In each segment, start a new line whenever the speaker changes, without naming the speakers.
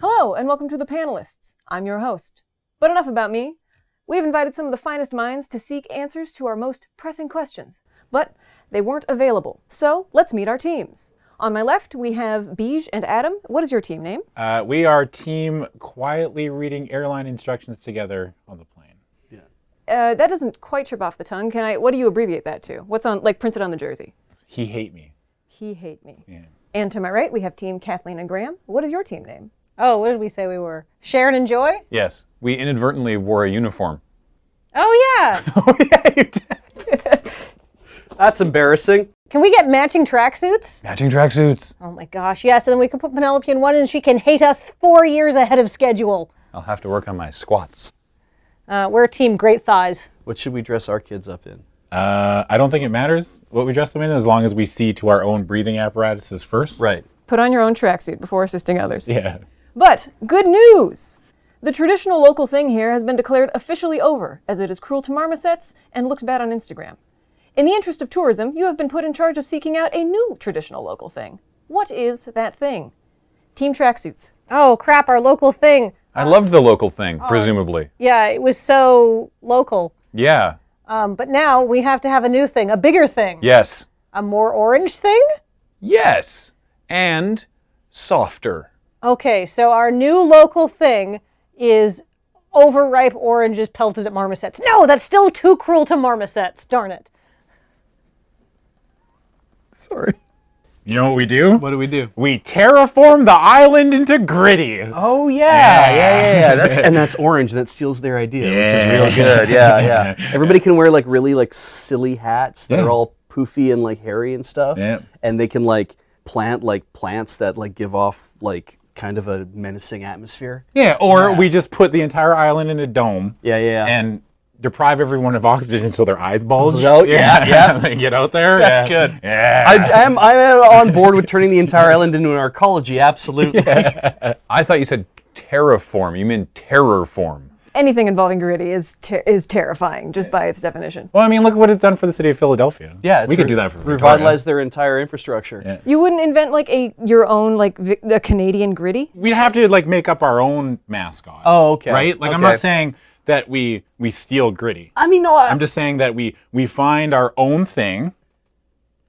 Hello, and welcome to the panelists. I'm your host. But enough about me. We've invited some of the finest minds to seek answers to our most pressing questions, but they weren't available. So let's meet our teams. On my left, we have Beige and Adam. What is your team name?
Uh, we are team quietly reading airline instructions together on the plane.
Uh, that doesn't quite trip off the tongue. Can I? What do you abbreviate that to? What's on like printed on the jersey?
He hate me.
He hate me.
Yeah.
And to my right, we have Team Kathleen and Graham. What is your team name?
Oh, what did we say we were? Sharon and Joy?
Yes, we inadvertently wore a uniform.
Oh, yeah.
oh yeah, you did.
That's embarrassing.
Can we get matching tracksuits?
Matching tracksuits.
Oh, my gosh. Yes. And then we can put Penelope in one and she can hate us four years ahead of schedule.
I'll have to work on my squats.
Uh, we're team great thighs.
What should we dress our kids up in?
Uh, I don't think it matters what we dress them in, as long as we see to our own breathing apparatuses first.
Right.
Put on your own tracksuit before assisting others.
Yeah.
But good news! The traditional local thing here has been declared officially over, as it is cruel to marmosets and looks bad on Instagram. In the interest of tourism, you have been put in charge of seeking out a new traditional local thing. What is that thing? Team tracksuits.
Oh, crap. Our local thing.
I loved the local
Oh.
thing, presumably.
Yeah, it was so local.
Yeah.
Um, but now we have to have a new thing, a bigger thing,
Yes.
a more orange thing.
Yes. And softer.
Okay, so our new local thing is overripe oranges pelted at marmosets. No, that's still too cruel to marmosets. Darn it.
Sorry.
You know what we do?
What do we do?
We terraform the island into gritty.
Oh yeah, yeah, yeah, yeah. That's and that's orange, and that steals their idea,
Yeah.
which is real good. Yeah, yeah. Everybody can wear like really like silly hats that
Yeah.
are all poofy and like hairy and stuff.
Yeah.
And they can like plant like plants that like give off like kind of a menacing atmosphere.
Yeah. Or we just put the entire island in a dome.
Yeah, yeah. yeah.
And deprive everyone of oxygen until their eyes bulge.
Oh, yeah, yeah.
They get out there.
That's
yeah.
good.
Yeah.
I, I am I am on board with turning the entire island into an arcology. Absolutely.
I thought you said terraform. You meant terror form.
Anything involving gritty is ter- is terrifying just by its definition.
Well, I mean, look what it's done for the city of Philadelphia.
Yeah,
we
it's
could
re-
do that for Victoria.
revitalize their entire infrastructure.
Yeah.
You wouldn't invent like a your own like vi- a Canadian gritty?
We'd have to like make up our own mascot.
Oh, okay.
Right? Like I'm
Okay.
not saying that we we steal gritty.
I mean, no, I,
I'm just saying that we we find our own thing,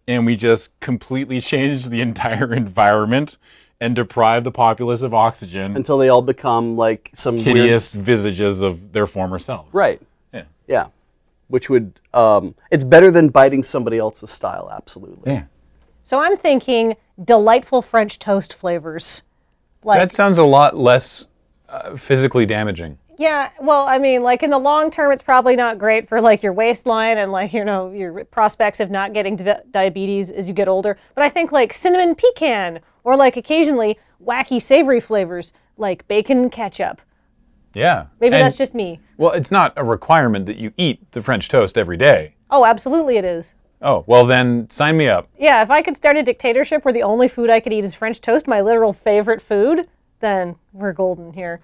and we just completely change the entire environment and deprive the populace of oxygen,
until they all become like some weird-
hideous visages of their former selves.
right.
Yeah.
Yeah. Which would um, it's better than biting somebody else's style. Absolutely.
Yeah.
So I'm thinking delightful French toast flavors. Like,
That sounds a lot less uh, physically damaging.
yeah, well, I mean, like in the long term, it's probably not great for like your waistline and like, you know, your prospects of not getting di- diabetes as you get older. But I think like cinnamon pecan or like occasionally wacky savory flavors like bacon ketchup.
Yeah.
Maybe
And-
that's just me.
Well, it's not a requirement that you eat the French toast every day.
Oh, absolutely it is.
Oh, well, then sign me up.
Yeah, if I could start a dictatorship where the only food I could eat is French toast, my literal favorite food, then we're golden here.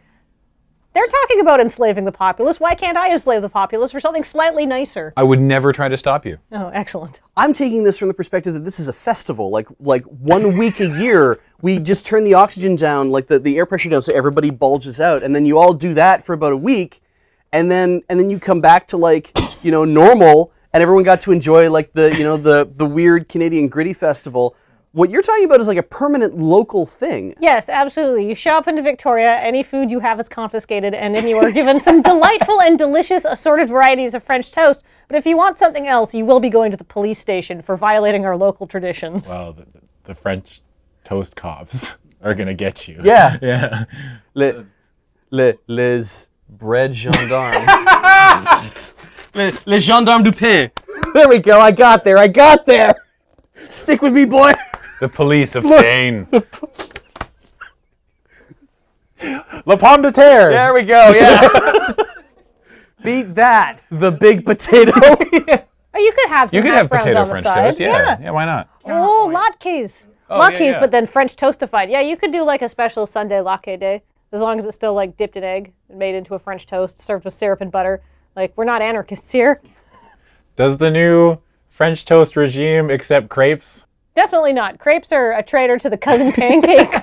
They're talking about enslaving the populace. Why can't I enslave the populace for something slightly nicer?
I would never try to stop you.
Oh, excellent.
I'm taking this from the perspective that this is a festival. Like like one week a year, we just turn the oxygen down, like the, the air pressure down, so everybody bulges out, and then you all do that for about a week, and then and then you come back to like you know normal, and everyone got to enjoy like the you know the the weird Canadian gritty festival. What you're talking about is like a permanent local thing.
Yes, absolutely. You show up into Victoria, any food you have is confiscated, and then you are given some delightful and delicious assorted varieties of French toast. But if you want something else, you will be going to the police station for violating our local traditions.
Well, Oh, the, the French toast cops are gonna get you.
Yeah.
Yeah.
Le, le, les bread gendarmes. les, les gendarmes du pain. There we go. I got there. I got there. Stick with me, boy.
The police of pain.
La pomme de terre.
There we go. Yeah. Beat that. The big potato.
Or you could have some
You could
hash
have
browns
potato
on the
French
side.
toast. Yeah. yeah. why not?
Oh, latkes.
yeah,
latkes,
yeah.
but then French toastified. Yeah, you could do like a special Sunday latte day, as long as it's still like dipped in egg and made into a French toast, served with syrup and butter. Like we're not anarchists here.
Does the new French toast regime accept crepes?
Definitely not. Crepes are a traitor to the cousin pancake.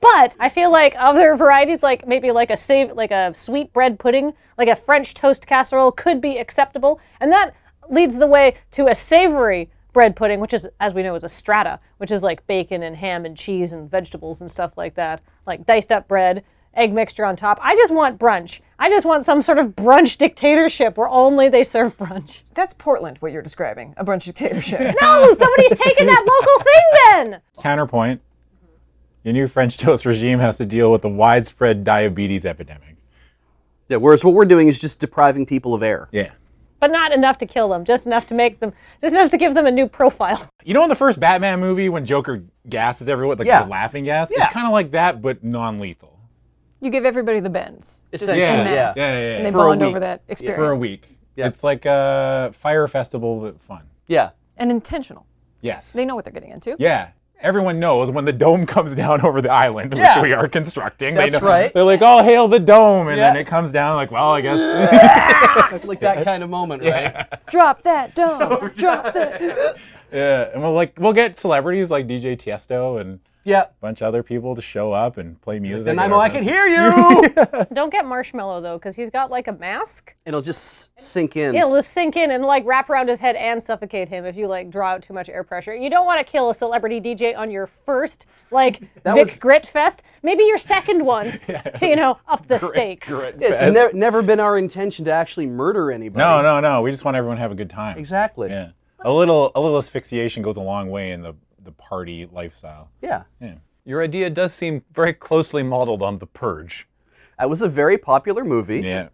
But I feel like other varieties, like maybe like a save, like a sweet bread pudding, like a French toast casserole, could be acceptable, and that leads the way to a savory bread pudding, which is, as we know, is a strata, which is like bacon and ham and cheese and vegetables and stuff like that, like diced up bread, egg mixture on top. I just want brunch. I just want some sort of brunch dictatorship where only they serve brunch.
That's Portland, what you're describing a brunch dictatorship.
No, somebody's taking that local thing then.
Counterpoint Your new French toast regime has to deal with the widespread diabetes epidemic.
Yeah, whereas what we're doing is just depriving people of air.
Yeah.
But not enough to kill them, just enough to make them, just enough to give them a new profile.
You know, in the first Batman movie, when Joker gasses everyone with like,
Yeah.
the laughing gas,
Yeah.
it's kind of like that, but non lethal.
you give everybody the bends. Just
Essentially,
en
yeah.
masse,
Yeah, yeah, yeah.
And they
For a
bond
week.
over that experience.
For a week.
Yeah.
It's like a fire festival, but fun.
Yeah.
And intentional.
Yes.
They know what they're getting into.
Yeah. Everyone knows when the dome comes down over the island,
Yeah.
which we are constructing.
That's
they know,
right.
They're like, "All hail the dome," and then
Yeah.
it comes down. Like, well, I guess
like that kind of moment, right?
Drop that dome. drop that.
yeah. And we'll like we'll get celebrities like DJ Tiesto and a
Yeah.
bunch of other people to show up and play music.
And I'm
or
I can
something.
hear you.
Don't get Marshmallow though, because he's got like a mask.
It'll just sink in.
It'll just sink in and like wrap around his head and suffocate him if you like draw out too much air pressure. You don't want to kill a celebrity DJ on your first like Vic
was-
Grit Fest. Maybe your second one to you know up the stakes.
Great
it's
best.
ne- never been our intention to actually murder anybody.
No, no, no. We just want everyone to have a good time.
Exactly.
Yeah. A little a little asphyxiation goes a long way in the the party lifestyle.
Yeah.
Yeah.
Your idea does seem very closely modeled on The Purge.
That was a very popular movie.
Yeah.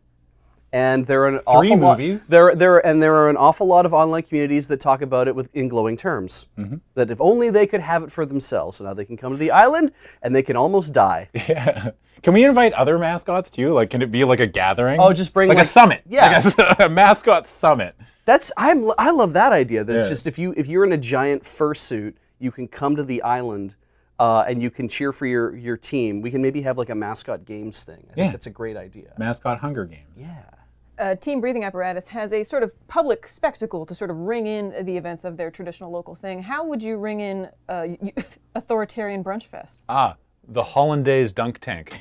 And there are an awful lot.
movies.
There, there, and there are an awful lot of online communities that talk about it with in glowing terms.
Mm-hmm.
That if only they could have it for themselves. So now they can come to the island and they can almost die.
Yeah. Can we invite other mascots too? Like, can it be like a gathering?
Oh, just bring,
like,
like-
a summit.
Yeah.
like a, s- a mascot summit.
That's I'm lo- I love that idea. That it's
Yeah.
just if you if you're in a giant fursuit, you can come to the island. Uh, and you can cheer for your, your team. We can maybe have like a mascot games thing. I
Yeah.
think that's a great idea.
Mascot Hunger Games. Yeah.
uh, team breathing apparatus has a sort of public spectacle to sort of ring in the events of their traditional local thing. How would you ring in uh, y- authoritarian brunch fest?
Ah, the Hollandaise dunk tank.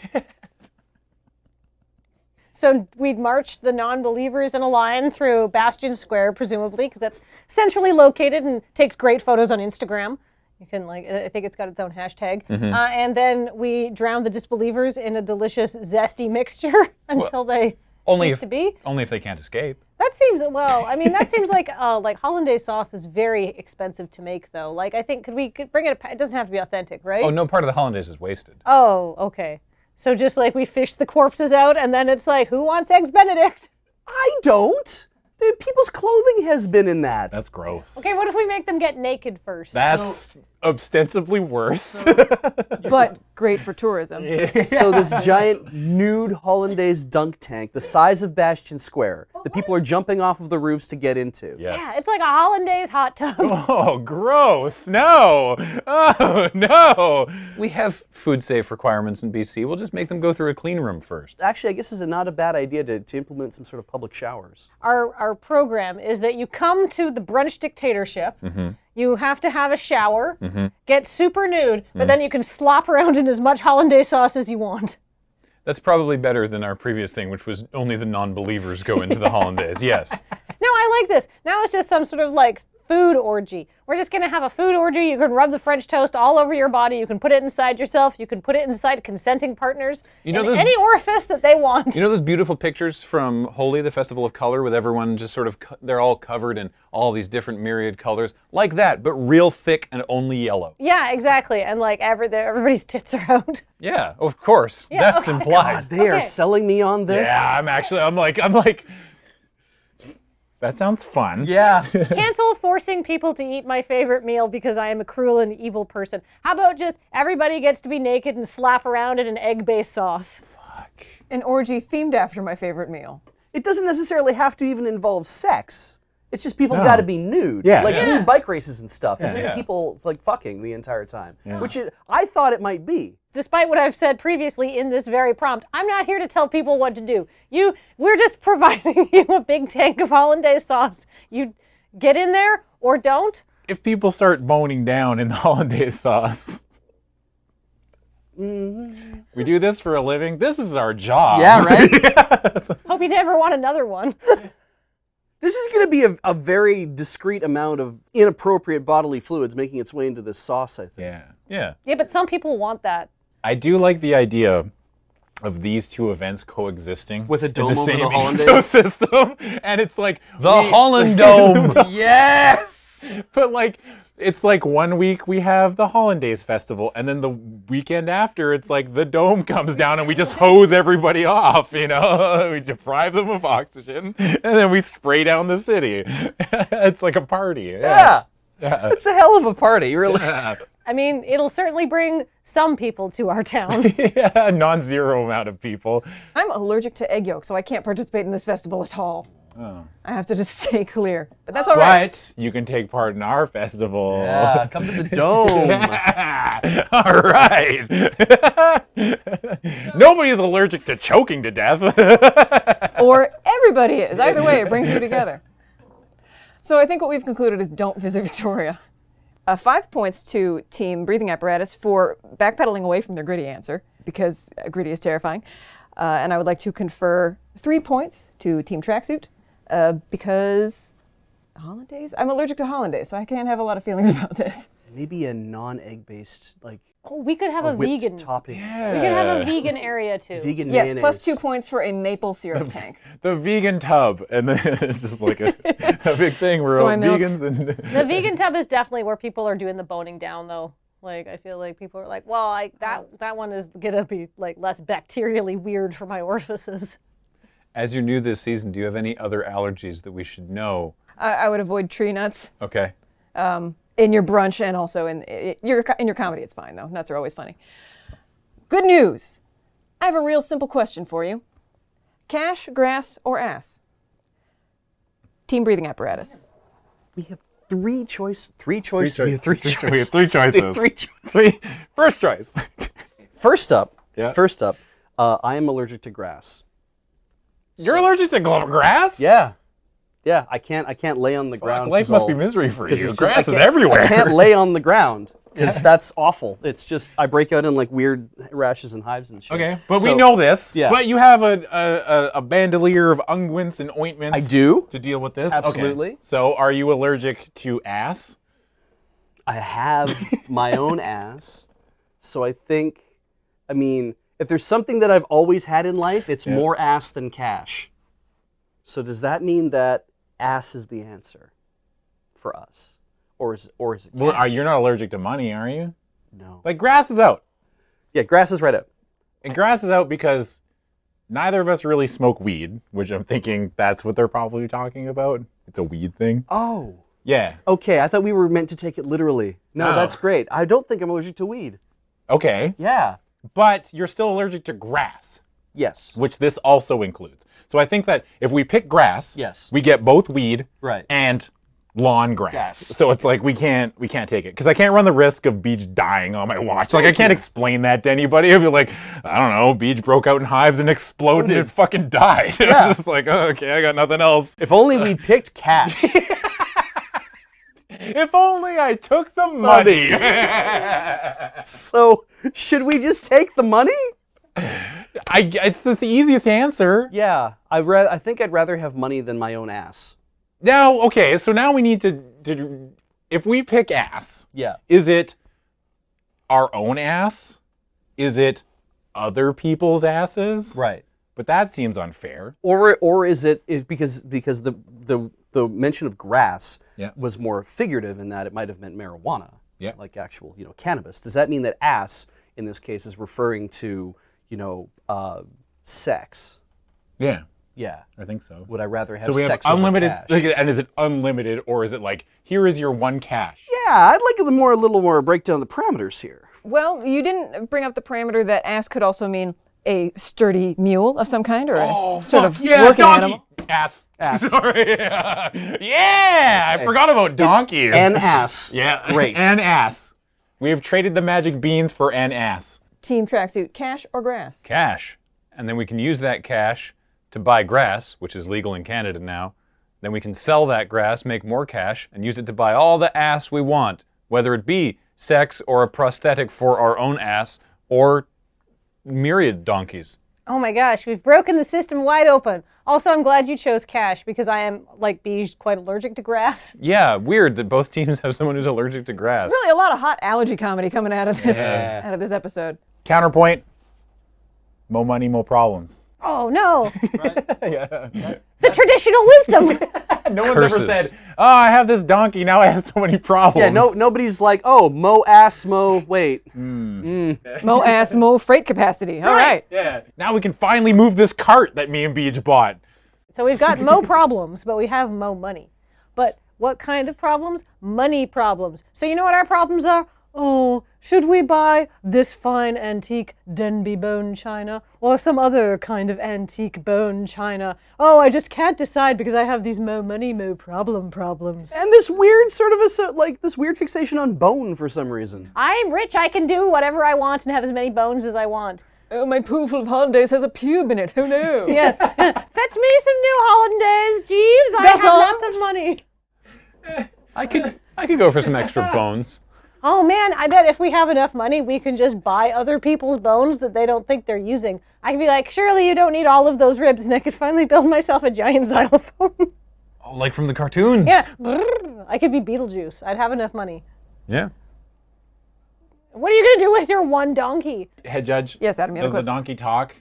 So we'd march the non-believers in a line through Bastion Square, presumably, because that's centrally located and takes great photos on Instagram. You can like, uh, I think it's got its own hashtag.
Mm-hmm.
Uh, and then we drown the disbelievers in a delicious, zesty mixture until they
Only
cease
if,
to be.
only if they can't escape.
That seems well. I mean, that seems like uh, like hollandaise sauce is very expensive to make, though. Like, I think could we could bring it? A, pa- it doesn't have to be authentic, right?
Oh, no part of the Hollandaise is wasted.
Oh, okay. So just like we fish the corpses out, and then it's like, who wants eggs Benedict?
I don't. The- People's clothing has been in that.
That's gross.
Okay, what if we make them get naked first?
That's ostensibly worse.
But great for tourism.
So this giant nude hollandaise dunk tank, the size of Bastion Square,
Oh
that people are jumping off of the roofs to get into.
yes.
yeah, it's like a hollandaise hot tub.
oh, gross. No. Oh, no.
We have food safe requirements in BC. We'll just make them go through a clean room first.
Actually, I guess it's not a bad idea to, to implement some sort of public showers.
our our program is that you come to the brunch dictatorship. You have to have a shower, get super nude, but then you can slop around in as much hollandaise sauce as you want.
That's probably better than our previous thing, which was only the non believers go into the Hollandaise. Yes.
No, I like this. Now it's just some sort of like food orgy. We're just gonna have a food orgy. You can rub the French toast all over your body. You can put it inside yourself. You can put it inside consenting partners. You
know
in
those-
any orifice that they want.
You know those beautiful pictures from Holy, the Festival of Color, with everyone just sort of, co- they're all covered in all these different myriad colors? Like that, but real thick and only yellow.
yeah, exactly. And like every there- everybody's tits are out.
Yeah, of course. That's implied.
They are
Okay.
selling me on this.
Yeah, I'm actually, I'm like, I'm like, that sounds fun.
Yeah.
Cancel forcing people to eat my favorite meal because I am a cruel and evil person. How about just everybody gets to be naked and slap around in an egg-based sauce?
An orgy themed after my favorite meal.
it doesn't necessarily have to even involve sex. It's just people got to be nude.
Yeah.
Like
Yeah.
nude bike races and stuff. It's
Yeah.
people like fucking the entire time, which it, I thought it might be.
Despite what I've said previously in this very prompt, I'm not here to tell people what to do. You we're just providing you a big tank of hollandaise sauce. You get in there or don't.
If people start boning down in the hollandaise sauce, We do this for a living. This is our job.
Yeah, right?
Hope you never want another one.
This is going to be a, a very discrete amount of inappropriate bodily fluids making its way into this sauce, I think.
Yeah. Yeah.
yeah, but some people want that.
I do like the idea of these two events coexisting
With a
in
dome
the
over
same
the Hollandaise.
ecosystem, and it's like
The
we-
Holland Dome.
yes, but like it's like one week we have the Hollandaise festival, and then the weekend after it's like the dome comes down and we just hose everybody off. You know, we deprive them of oxygen, and then we spray down the city. it's like a party.
Yeah. It's a hell of a party, really.
yeah.
I mean, it'll certainly bring some people to our town.
yeah, non-zero amount of people.
I'm allergic to egg yolk, so I can't participate in this festival at all. I have to just stay clear. But that's all right.
But you can take part in our festival.
Yeah, come to the dome.
All right. Nobody's allergic to choking to death.
Or everybody is. Either way, it brings you together. So I think what we've concluded is don't visit Victoria. Uh, five points to Team Breathing Apparatus for backpedaling away from their gritty answer because uh, gritty is terrifying. Uh, and I would like to confer three points to Team Tracksuit uh, because hollandaise. I'm allergic to hollandaise, so I can't have a lot of feelings about this.
Maybe a non-egg based, like
Oh, we could have a,
whipped
vegan.
topping.
We could have a vegan area too.
Vegan
Yes,
mayonnaise.
plus two points for a maple syrup tank.
the vegan tub, and then it's just like a, a big thing. We're
Soy
all
milk.
vegans, and
The vegan tub is definitely where people are doing the boning down though. Like um, I feel like people are like, well, I, that that one is gonna be like less bacterially weird for my orifices.
As you're new this season, do you have any other allergies that we should know?
I, I would avoid tree nuts
Okay.
um, in your brunch and also in i- your co- in your comedy. It's fine though. Nuts are always funny. Good news. I have a real simple question for you. Cash, grass, or ass? Team breathing apparatus.
We have three choice. Three choices.
choi-
we have three,
three choi-
choices.
we have three
We have
choices.
three choices.
three first choice.
First up.
Yeah.
First up. Uh, I am allergic to grass.
You're allergic to gl- grass.
Yeah. Yeah. I can't. I can't lay on the ground.
life
'cause
must
I'll-
be misery for
'cause
you.
it's just- I
Grass is
can't-
everywhere.
I can't lay on the ground because that's awful. It's just I break out in like weird rashes and hives and shit.
Okay, but we
So-
know this.
yeah.
But you have a, a, a, a bandolier of unguents and ointments.
I do.
To deal with this?
Absolutely.
Okay. So, are you allergic to ass?
I have my own ass. So I think, I mean, if there's something that I've always had in life, it's more ass than cash. So does that mean that ass is the answer for us, or is or is it
Well,
cash?
are, you're not allergic to money, are you?
no?
Like, grass is out.
yeah, grass is right up.
And grass is out because neither of us really smoke weed, which I'm thinking that's what they're probably talking about. It's a weed thing.
Oh,
Yeah.
okay. I thought we were meant to take it literally. No,
No.
that's great. I don't think I'm allergic to weed.
Okay.
Yeah.
But you're still allergic to grass,
Yes.
which this also includes. So, I think that if we pick grass,
Yes.
we get both weed
Right.
and lawn grass.
Grass.
So it's like we can't we can't take it because I can't run the risk of Beach dying on my watch. Like I can't explain that to anybody. I'd be like, I don't know, Beach broke out in hives and exploded and fucking died.
Yeah.
it's just like oh, okay, I got nothing else.
If only we picked cash.
If only I took the money.
so should we just take the money?
I it's just the easiest answer.
Yeah, I ra- I think I'd rather have money than my own ass.
Now okay, so now we need to to if we pick ass.
Yeah.
Is it our own ass? Is it other people's asses?
Right.
But that seems unfair.
Or or is it is because because the the the mention of grass
Yeah.
was more figurative in that it might have meant marijuana.
Yeah.
Like actual, you know, cannabis. Does that mean that ass in this case is referring to, you know, uh, sex?
Yeah,
Yeah.
I think so.
Would I rather have
so we have
sex over
unlimited,
cash?
like, and is it unlimited or is it like here is your one cash?
yeah, I'd like a little more a little more breakdown of the parameters here.
Well, you didn't bring up the parameter that ass could also mean a sturdy mule of some kind or a
Oh,
sort of working animal.
Ass. Sorry. Yeah. yeah, I forgot about donkeys.
An ass.
yeah,
Great.
and ass. We have traded the magic beans for an ass.
Team tracksuit, cash or grass?
Cash. And then we can use that cash to buy grass, which is legal in Canada now. Then we can sell that grass, make more cash, and use it to buy all the ass we want, whether it be sex or a prosthetic for our own ass or myriad donkeys.
Oh my gosh, we've broken the system wide open. Also, I'm glad you chose cash because I am, like Beej, quite allergic to grass.
Yeah, weird that both teams have someone who's allergic to grass.
Really, a lot of hot allergy comedy coming out of this out of this episode.
Counterpoint. Mo money, mo problems.
Oh no! The traditional wisdom.
No one's ever
Curses. "Ah,
said, "Oh, I have this donkey. Now I have so many problems."
Yeah, no, nobody's like, oh, Mo ass Mo. Wait,
Mo ass, mo freight capacity. All right.
Yeah. Now we can finally move this cart that me and Beach bought.
so we've got mo problems, but we have mo money. But what kind of problems? Money problems. So you know what our problems are? Oh, should we buy this fine antique Denby bone china or some other kind of antique bone china? Oh, I just can't decide because I have these mo money mo problem problems.
and this weird sort of a so- like this weird fixation on bone for some reason.
I'm rich. I can do whatever I want and have as many bones as I want.
Oh, my poo full of hollandaise has a pube in it. Who knew?
Yes. Fetch me some new hollandaise, Jeeves. I have
That's all?
lots of money.
I could I could go for some extra bones.
Oh man, I bet if we have enough money, we can just buy other people's bones that they don't think they're using. I could be like, surely you don't need all of those ribs, and I could finally build myself a giant xylophone.
Oh, like from the cartoons.
yeah. Brrr. I could be Beetlejuice. I'd have enough money.
Yeah.
What are you gonna do with your one donkey?
Head judge.
Yes, Adam, you had a
Does the
question.
donkey talk?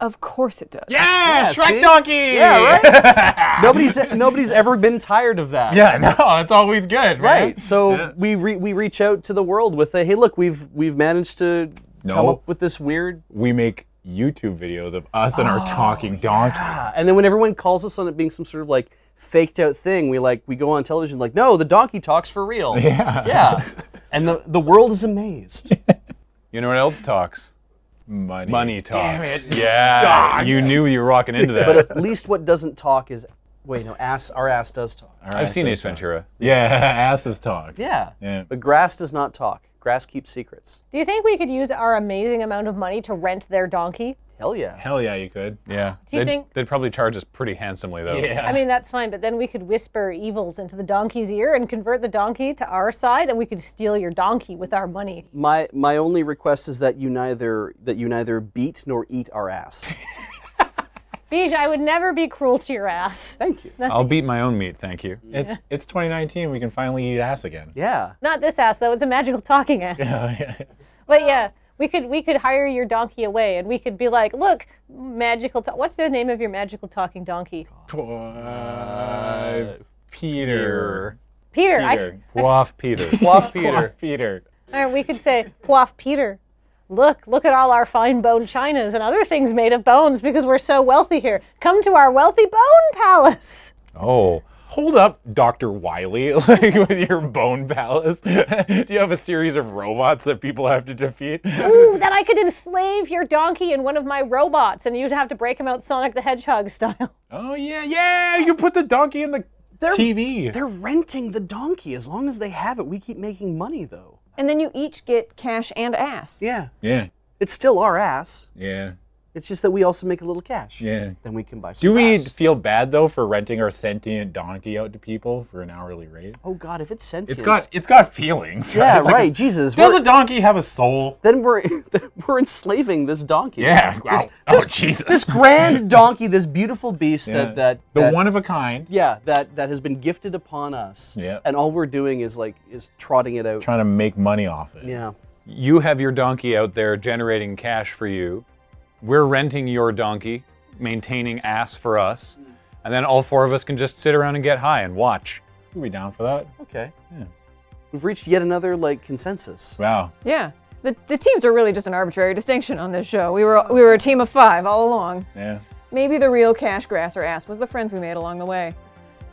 Of course it does.
Yeah,
Yeah,
Shrek
see?
donkey.
Yeah, right. nobody's nobody's ever been tired of that.
Yeah, no, that's always good,
Right.
man.
So we re- we reach out to the world with a hey, look, we've we've managed to come
No.
up with this weird.
We make YouTube videos of us
Oh,
and our talking donkey.
uh, And then when everyone calls us on it being some sort of like faked out thing, we like we go on television like, no, the donkey talks for real. Yeah. Yeah. And the the world is amazed.
You know what else talks?
Money.
Money
Damn
talks.
it.
Yeah.
Dogged.
You knew you were rocking into that.
but at least what doesn't talk is wait, no, ass. Our ass does talk.
I've seen Ace Ventura.
Yeah, asses talk.
Yeah.
Yeah.
But grass does not talk. Grass keeps secrets.
Do you think we could use our amazing amount of money to rent their donkey?
Hell yeah.
Hell yeah, you could.
Yeah.
Do you
they'd,
think-
they'd probably charge us pretty handsomely though?
I mean, that's fine, but then we could whisper evils into the donkey's ear and convert the donkey to our side, and we could steal your donkey with our money.
My my only request is that you neither that you neither beat nor eat our ass.
Beej, I would never be cruel to your ass.
Thank you.
I'll beat my own meat, thank you.
It's it's 2019. We can finally eat ass again.
Yeah.
Not this ass, though. It's a magical talking ass. But yeah, we could we could hire your donkey away, and we could be like, look, magical. To- What's the name of your magical talking donkey?
Clive Peter.
Peter. I-
Peter.
Quaff Peter.
Quaff
Peter. Peter.
or we could say Quaff Peter. Look, look at all our fine bone chinas and other things made of bones because we're so wealthy here. Come to our wealthy bone palace.
Oh.
Hold up, Dr. Wiley, like with your bone palace. Do you have a series of robots that people have to defeat?
Ooh, that I could enslave your donkey in one of my robots, and you'd have to break him out Sonic the Hedgehog style.
Oh yeah, yeah! You put the donkey in the TV.
They're renting the donkey. As long as they have it, we keep making money though.
And then you each get cash and ass.
Yeah.
Yeah,
It's still our ass.
yeah,
It's just that we also make a little cash.
yeah.
Then we can buy some
Do we
ass.
feel bad though for renting our sentient donkey out to people for an hourly rate?
Oh god, if it's sentient.
It's got it's got feelings.
Yeah,
Like,
right. Jesus.
Does
we're-
a donkey have a soul?
then we're we're enslaving this donkey.
Yeah. Wow. oh
this-
Jesus.
This grand donkey, this beautiful beast
Yeah.
that that
the
that-
one of a kind.
yeah, that that has been gifted upon us.
Yeah.
And all we're doing is like is trotting it out.
Trying to make money off it.
yeah.
You have your donkey out there generating cash for you. We're renting your donkey, maintaining ass for us.
Mm.
And then all four of us can just sit around and get high and watch.
We'll be down for that.
Okay. Yeah. We've reached yet another like consensus.
Wow.
Yeah. The, the teams are really just an arbitrary distinction on this show. We were we were a team of five all along.
Yeah.
Maybe the real cash, grass, or ass was the friends we made along the way.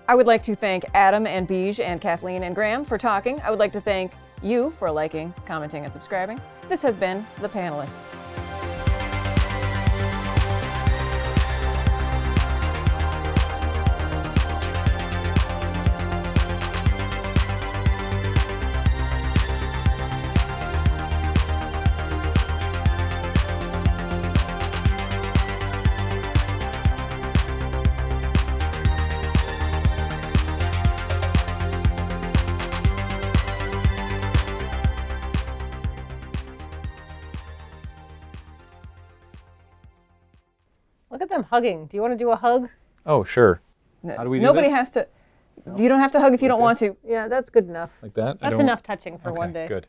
I would like to thank Adam and Beige and Kathleen and Graham for talking. I would like to thank you for liking, commenting, and subscribing. This has been The Panelists.
Look at them hugging. Do you want to do a hug?
Oh, sure.
No-
How do we do
Nobody
this?
has to. You don't have to hug if you don't want to.
Yeah, that's good enough.
Like that? I
That's
don't-
enough touching for
Okay,
one day.
Good.